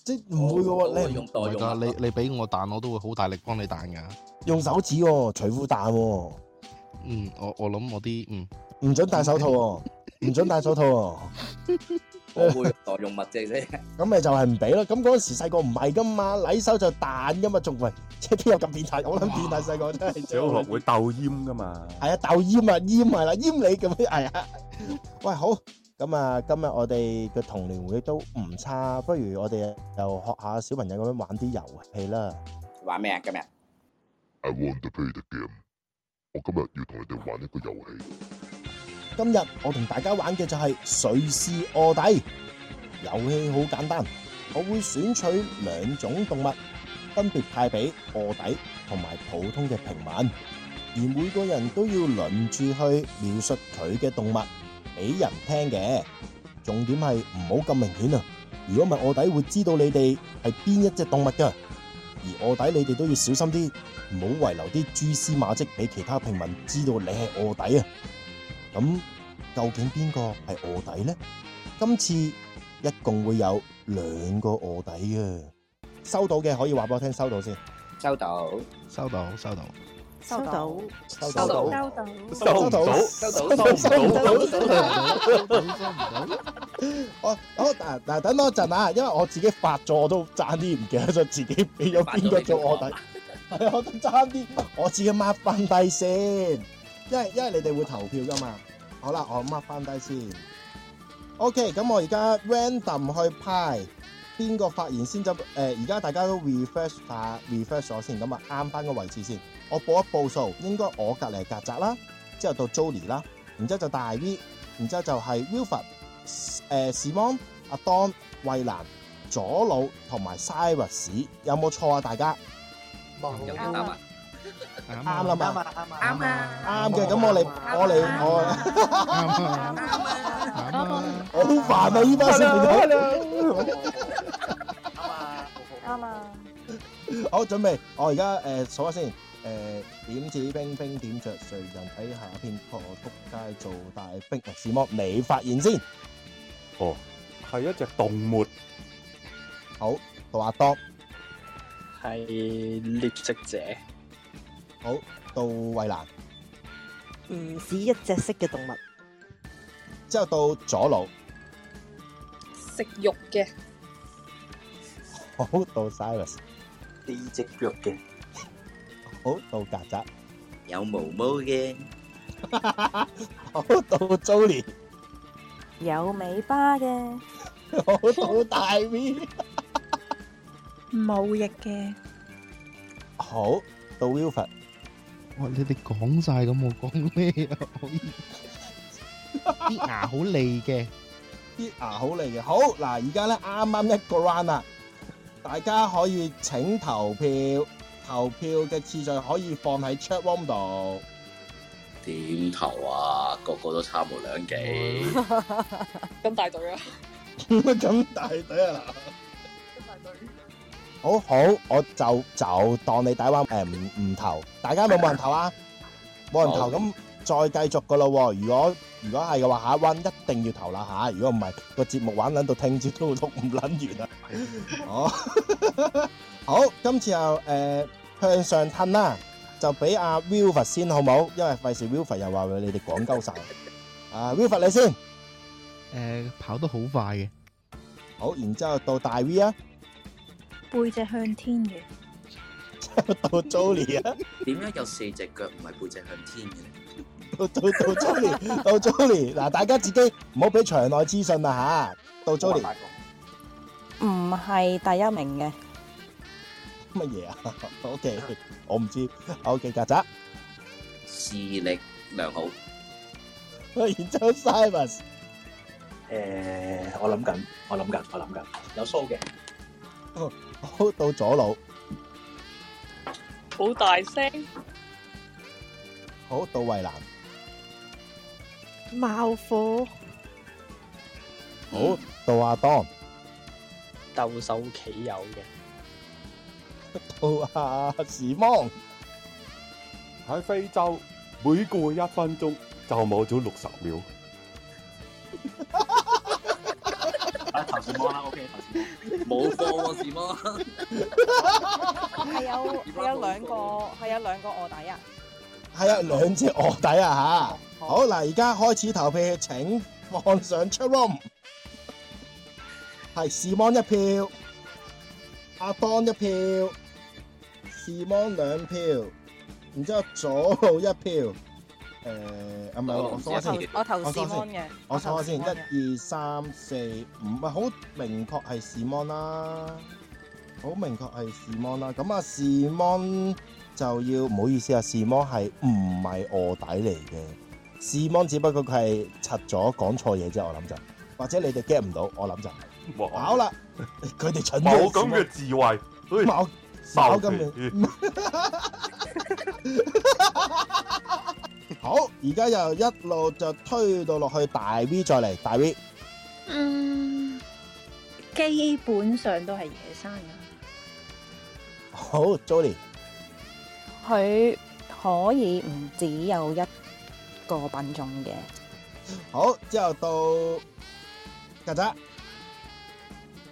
S2: 即係 唔會嘅
S1: 我
S2: 喎，你
S1: 會用代
S3: 唔係
S1: 用
S3: 㗎，
S1: 啊
S3: 你你俾我彈，我都會好大力幫你彈㗎。
S2: 用手指喎、除褲彈喎、
S3: 嗯，我我諗我啲嗯，
S2: 唔准戴手套喎、唔准戴手套喎、
S1: 我會用代用物啫啫。
S2: 咁咪就係唔俾咯。咁嗰陣時細個唔係噶嘛，禮手就彈噶嘛，仲喂，即係邊有咁變態？我諗變態細個真係
S9: 小學會鬥煙噶嘛？
S2: 係啊，鬥煙啊，煙係啦，煙你咁樣係啊。喂，好咁啊，今日我哋嘅童年回憶都唔差，不如我哋又學下小朋友咁樣玩啲遊戲啦。
S1: 玩咩啊？今日
S10: I want to play the game。我今日要同你哋玩一個遊戲，
S2: 今日我同大家玩嘅就係誰是卧底。遊戲好簡單，我會選取兩種動物，分別派俾卧底同埋普通嘅平民，而每個人都要輪住去描述佢嘅動物俾人聽嘅。重點係唔好咁明顯啊！如果唔係卧底會知道你哋係邊一隻動物㗎。而卧底你哋都要小心啲，唔好遺留啲蛛絲馬跡俾其他平民知道你係卧底啊！咁究竟邊個係卧底呢？今次一共會有兩個卧底嘅，收到嘅可以話俾我聽，收到先，
S1: 收到，
S3: 收到收到。
S6: 收到，
S2: 收
S1: 收到
S8: 收到，
S9: 收唔到，
S1: 收到，
S2: 收
S1: 收
S2: 唔
S1: 到，
S2: 到
S1: 收到。
S2: 我我嗱嗱等多陣啊，因為我自己發咗我都爭啲唔記得咗自己俾咗邊個做卧底，係啊我都爭啲，我自己 mark 翻低先，因為因為你哋會投票噶嘛。好啦，我 mark 翻低先。OK，咁我而家 random 去派邊個發言先執誒，呃而、家大家都 refresh 下 refresh 咗先，咁啊啱翻個位置先。我報一報數，應該我隔離係曱甴啦，之後到 Jolie 啦，然之後就大 V，然之後就係 Wilfred。誒 Simon、阿呃 Don、衛蘭、左腦同埋 Cyrus 有冇錯啊？大家
S1: 有人答啊？
S3: 啱
S2: 啱啦嘛，
S3: 啱啊
S2: 啱嘅。咁我嚟，我嚟，我
S3: 啱啊啱啊
S2: 我好煩啊！呢班小朋友，
S6: 啱啊！
S2: 好準備，我而家誒數下先。誒點指冰冰點着誰人睇下片破谷街做大兵啊！史摩，你發言先，
S9: 哦，係一隻動物。
S2: 好到阿 Don，
S11: 係獵食者，
S2: 好到衛蘭，
S12: 唔止一隻色嘅動物，
S2: 之後到左腦，
S8: 食肉嘅
S2: 好到 Cyrus，
S11: 四隻腳嘅，
S2: 好到曱甴，
S1: 有毛毛嘅，
S2: 好到 Jolie。
S12: 有尾巴嘅，
S2: 我到大 V，
S8: 冇翼嘅
S2: 好到 Wilfred，
S3: 哇！你哋講晒咁，我講咩啊？可以啲牙好利嘅，
S2: 啲牙好嚟嘅。好嗱，而家咧啱啱一個 round 啦，大家可以請投票，投票嘅次序可以放喺 chat room 度。
S1: 點頭啊？個個都差無兩幾。
S8: 咁大隊啊！
S2: 咁大隊啊嗱！好好，我就就當你打彎誒唔唔投，大家有冇人投啊？冇人投咁再繼續噶咯喎！如果如果係嘅話，下一彎一定要投啦嚇！如果唔係個節目玩撚到聽朝都錄唔撚完啊！哦， 好，今次又誒、呃向上褪啦，就俾阿 Wilfred 先好冇？因為費事 Wilfred 又話你哋講鳩晒。啊 Wilfred 你先，
S3: 誒跑得好快嘅，
S2: 好，然之後到大 V 啊，
S8: 背脊向天嘅，
S2: 到 Jolie 啊。
S1: 點解有四隻腳唔係背脊向天嘅咧？
S2: 到到到 Jolie，到 Jolie，嗱，大家自己唔好俾場內資訊啦吓。到 Jolie
S6: 唔係第一名嘅，
S2: 乜嘢啊？OK，我唔知。OK，曱甴
S1: 視力良好。
S2: 喂，然之後 Cyrus
S11: 诶、我諗緊，我諗緊，我諗緊，有須嘅，
S2: 哦好到左腦，
S13: 好大聲，
S2: 好到衞蘭，
S12: 冒火
S2: 好到阿當，
S11: 鬥獸棋有嘅，
S2: 到阿時芒。
S9: 喺非洲，每過一分鐘就冇咗六十秒。
S11: 啊頭先摸啦，OK，頭先
S1: 冇貨喎，是嗎？
S6: 係 有係有兩個係有兩個卧底啊！
S2: 系啊，兩隻卧底啊吓。好嗱，而家開始投票，請放上出 room。係士芒一票，阿邦一票，士芒兩票，然之後左路一票。诶、啊唔係喎，我數下先，
S6: 我投我
S2: 數下
S6: 投士芒
S2: 先
S6: 嘅
S2: 我數下
S6: 我投
S2: 先，
S6: 士芒嘅
S2: 一二三四五，唔係好明確係士芒啦。好明確係士芒啦。咁啊，士芒就要唔好意思啊，士芒係唔係卧底嚟嘅？士芒只不過佢係拆咗講錯嘢啫，我諗就，或者你哋 get 唔到，我諗就係。好啦，佢哋蠢
S9: 冇哦咁嘅智慧，所以
S2: 冇冇咁嘅。 好，而家又一路就推到落去大 V 再嚟，大 V
S8: 嗯，基本上都係野生噶。
S2: 好，Jolie
S6: 佢可以唔只有一個品種嘅，
S2: 好，之後到曱甴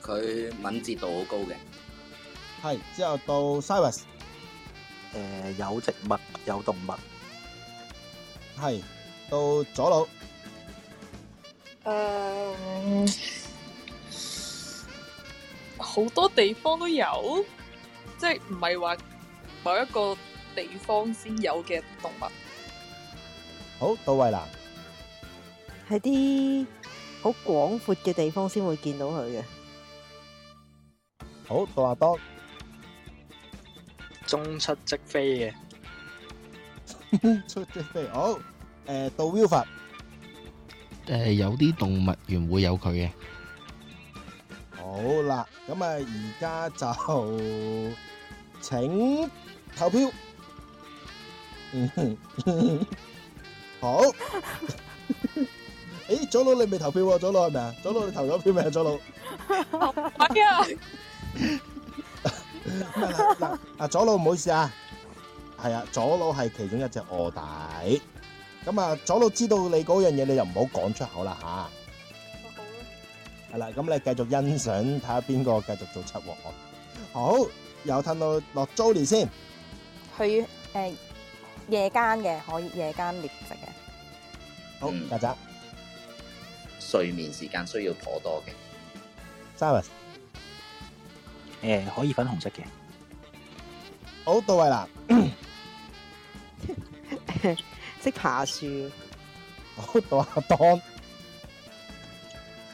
S1: 佢敏捷度好高嘅，
S2: 係，之後到 Cyrus
S11: 诶、有植物有動物，
S2: 係，到左佬。
S13: 诶、好多地方都有，即係唔係話某一個地方先有嘅動物。
S2: 好，到衛蘭。
S12: 喺啲好廣闊嘅地方先會見到佢嘅。
S2: 好，到阿當。
S11: 中出即飛 嘅，
S2: 出即飛。好，诶、到 w i l f r
S3: 誒、有啲動物園會有佢嘅，
S2: 好啦，咁啊，而家就請投票。 嗯好。 诶，左佬你未投票喎，左佬係咪啊？左佬你投咗票未啊？左佬，
S13: 係啊，
S2: 啊左佬唔好意思啊，係啊，左佬係其中一隻卧底。咁啊，左佬知道你嗰樣嘢，你就唔好講出口啦吓。係啦，咁你繼續欣賞，睇下邊個繼續做七王。好，又褪到落 Jolie 先，
S6: 佢誒、呃夜間嘅可以夜間獵食嘅。
S2: 好，曱甴
S1: 睡眠時間需要頗多嘅，
S2: Cyrus，
S11: 诶、可以粉紅色嘅，
S2: 好到位啦，
S12: 識爬樹，
S2: 好到阿當，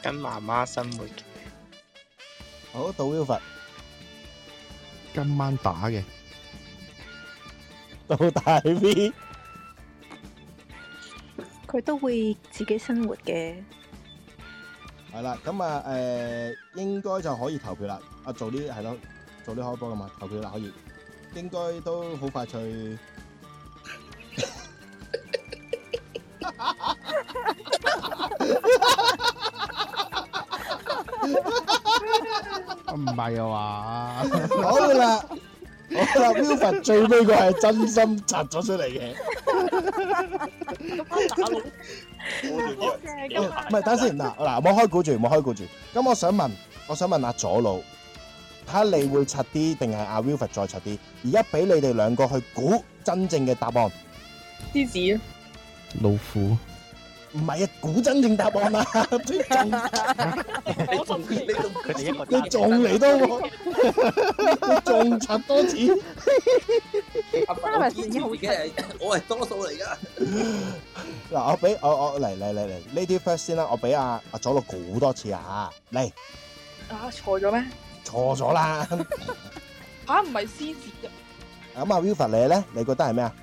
S14: 跟媽媽生活嘅，
S2: 好到 Wilfred，
S3: 今晚打嘅，
S2: 到大 V，
S8: 佢都會自己生活嘅。
S2: 係啦，咁啊誒，應該就可以投票啦。啊，做啲係咯，做啲開波噶嘛，投票啦可以，應該都好快脆。
S3: 唔係啊嘛，
S2: 好啦，好啦，Wilfred 最尾個係真心摘咗出嚟嘅。唔係，等下先嗱嗱，冇開估住，冇開估住。咁我想問，我想問阿左佬，睇下你會拆啲定係阿 Wilfred 再拆啲？而家俾你哋兩個去估真正嘅答案，
S13: 獅子啊。
S3: 老虎。
S2: 唔係啊，估真正答案啊！你仲
S11: 佢哋一個
S2: 你仲嚟多我，你仲拆多次？
S1: 我堅持自己係我係多數嚟㗎。
S2: 嗱，我俾我我嚟嚟嚟嚟呢啲 first 先啦，我俾阿阿左佬估多次啊！嚟
S13: 啊，錯咗咩？
S2: 錯 咗啦，
S13: 吓，唔係獅子啊，
S2: 咁阿 Wilfred 你咧，你覺得係咩啊？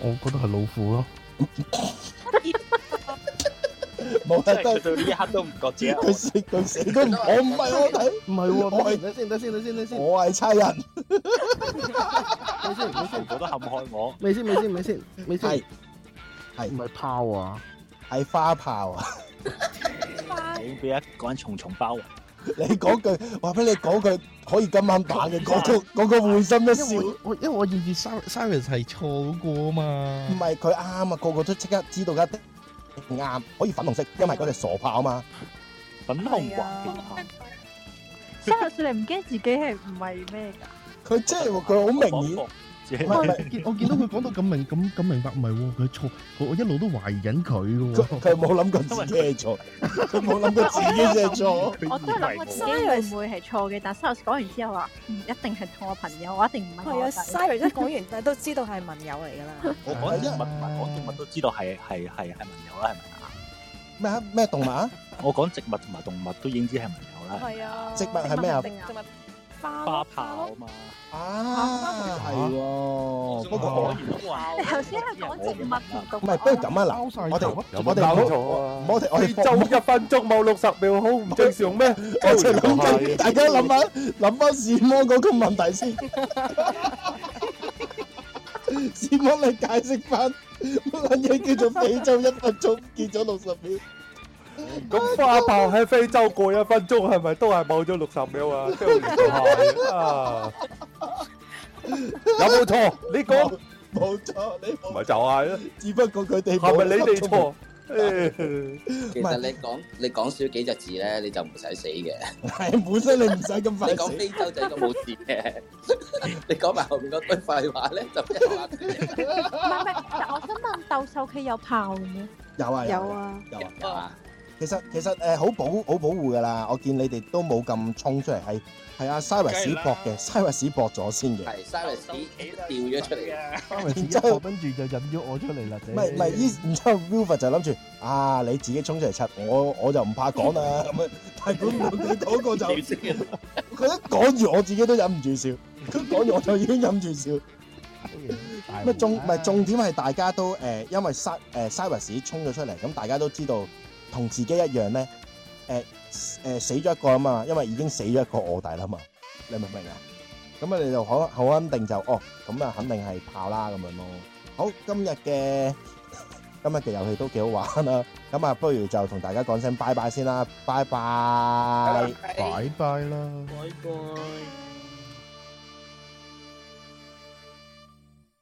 S3: 我覺得係老虎咯，
S2: 冇
S11: 真係佢到呢一刻都唔覺自己係
S2: 佢死佢死 都唔，我唔係我 睇，
S3: 唔係喎
S2: 我係
S3: 哦等先等先等先等先，
S2: 我係差 人。
S3: 咪先咪先，
S11: 我都陷害我。
S3: 咪先咪先咪先咪先，
S2: 係
S3: 唔係炮啊？
S2: 係花炮啊！
S11: 已經俾一個人重重包圍。
S2: 你嗰句話俾你講句可以今晚打嘅嗰 個嗰個會心一
S3: 因
S2: 笑
S3: 為。我因為我認住 Cyrus 係錯過啊嘛。
S2: 唔係佢啱啊，個個都即刻知道一定啱，可以粉紅色，因為嗰隻傻炮啊嘛。
S11: 粉紅
S6: 啊
S11: 黃
S2: 旗炮，
S14: Sarah，你唔驚自己係唔係咩㗎？
S2: 佢即係佢好明 顯。
S3: 唔係我見我見到佢講到咁明咁咁明白，唔係喎，佢錯，我我一路都懷疑緊佢嘅喎。
S2: 佢冇諗過自己係錯，佢冇諗過自己嘅
S3: 啊
S2: 錯。
S14: 我都係諗過自己會唔會係錯嘅，但 Sarah 講完之後話唔一定係同我朋友，我一定唔係
S6: 係
S14: 我
S6: 啊
S14: 弟。
S6: ，Siri 一講完，但係都知道係文友嚟㗎啦。
S11: 我講動物唔係講動物都知道係係係係文友啦，係咪啊？
S2: 咩啊？咩動物啊？
S11: 我講植物同埋動物都已經知係文友啦。
S6: 係啊，
S2: 植物係咩啊
S6: 植物花
S11: 花炮啊嘛，
S2: À, 啊，係喎。不過我
S14: 你頭先係講植物同動
S2: 唔係，不如咁啊嗱，我哋
S9: 有
S2: 我
S9: 冇
S2: 哋
S9: 搞
S2: 唔好
S9: 錯啊？
S2: 我哋我哋
S9: 非洲一分鐘冇六十秒，好唔正常咩？
S2: 我哋諗緊大家諗下諗翻史摩嗰個問題先。史摩，你解釋翻乜撚嘢叫做非洲一分鐘見咗六十秒？
S9: 咁花炮喺非洲過一分鐘，係咪都係冇咗六十秒啊？真係啊！有冇錯？你講
S2: 冇錯，你冇。
S9: 咪就係咯，
S2: 只不過佢哋
S9: 係咪你哋錯？
S1: 其實你講你講少幾隻字咧，你就唔使死嘅。
S2: 係本身你唔使咁
S1: 你
S2: 快
S1: 講非
S2: 死。
S1: 洲仔都冇事 嘅，你講埋後面嗰堆廢話咧，就一 話
S14: 唔係唔係，但我想問鬥獸棋有炮嘅咩？
S2: 有啊
S6: Dạ
S14: 有啊，
S2: 有啊。
S1: 有啊。
S2: 其實其實呃誒好保好保護㗎啦，我見你哋都冇咁衝出嚟，係係阿 Cyrus 搏嘅，Cyrus 搏咗先嘅。
S1: 係 Cyrus 掉咗出嚟嘅。
S2: 然
S3: 然
S2: 之
S3: 之
S2: 後
S3: 後跟住就引咗我出嚟啦。
S2: 唔係唔係，依然之後 Wilford 就諗住啊，你自己衝出嚟柒，我我就唔怕講啦咁樣。但係估唔到佢嗰個就，佢一講住我自己都忍唔住笑，佢講住我就已經忍唔住笑。咩啊重唔係重點係大家都誒、呃因為 Cy 誒、Cyrus 衝咗出嚟，咁大家都知道同自己一樣咧，誒、誒、死咗一個啊嘛，因為已經死咗一個卧底啦嘛，你明唔明啊？咁啊，你就好好肯定就哦，咁啊肯定係炮啦咁樣咯。好，今日嘅 今日嘅遊戲都幾好玩啦。咁啊，不如就同大家講聲拜拜先啦，拜拜。
S3: 拜拜啦。
S13: 拜拜。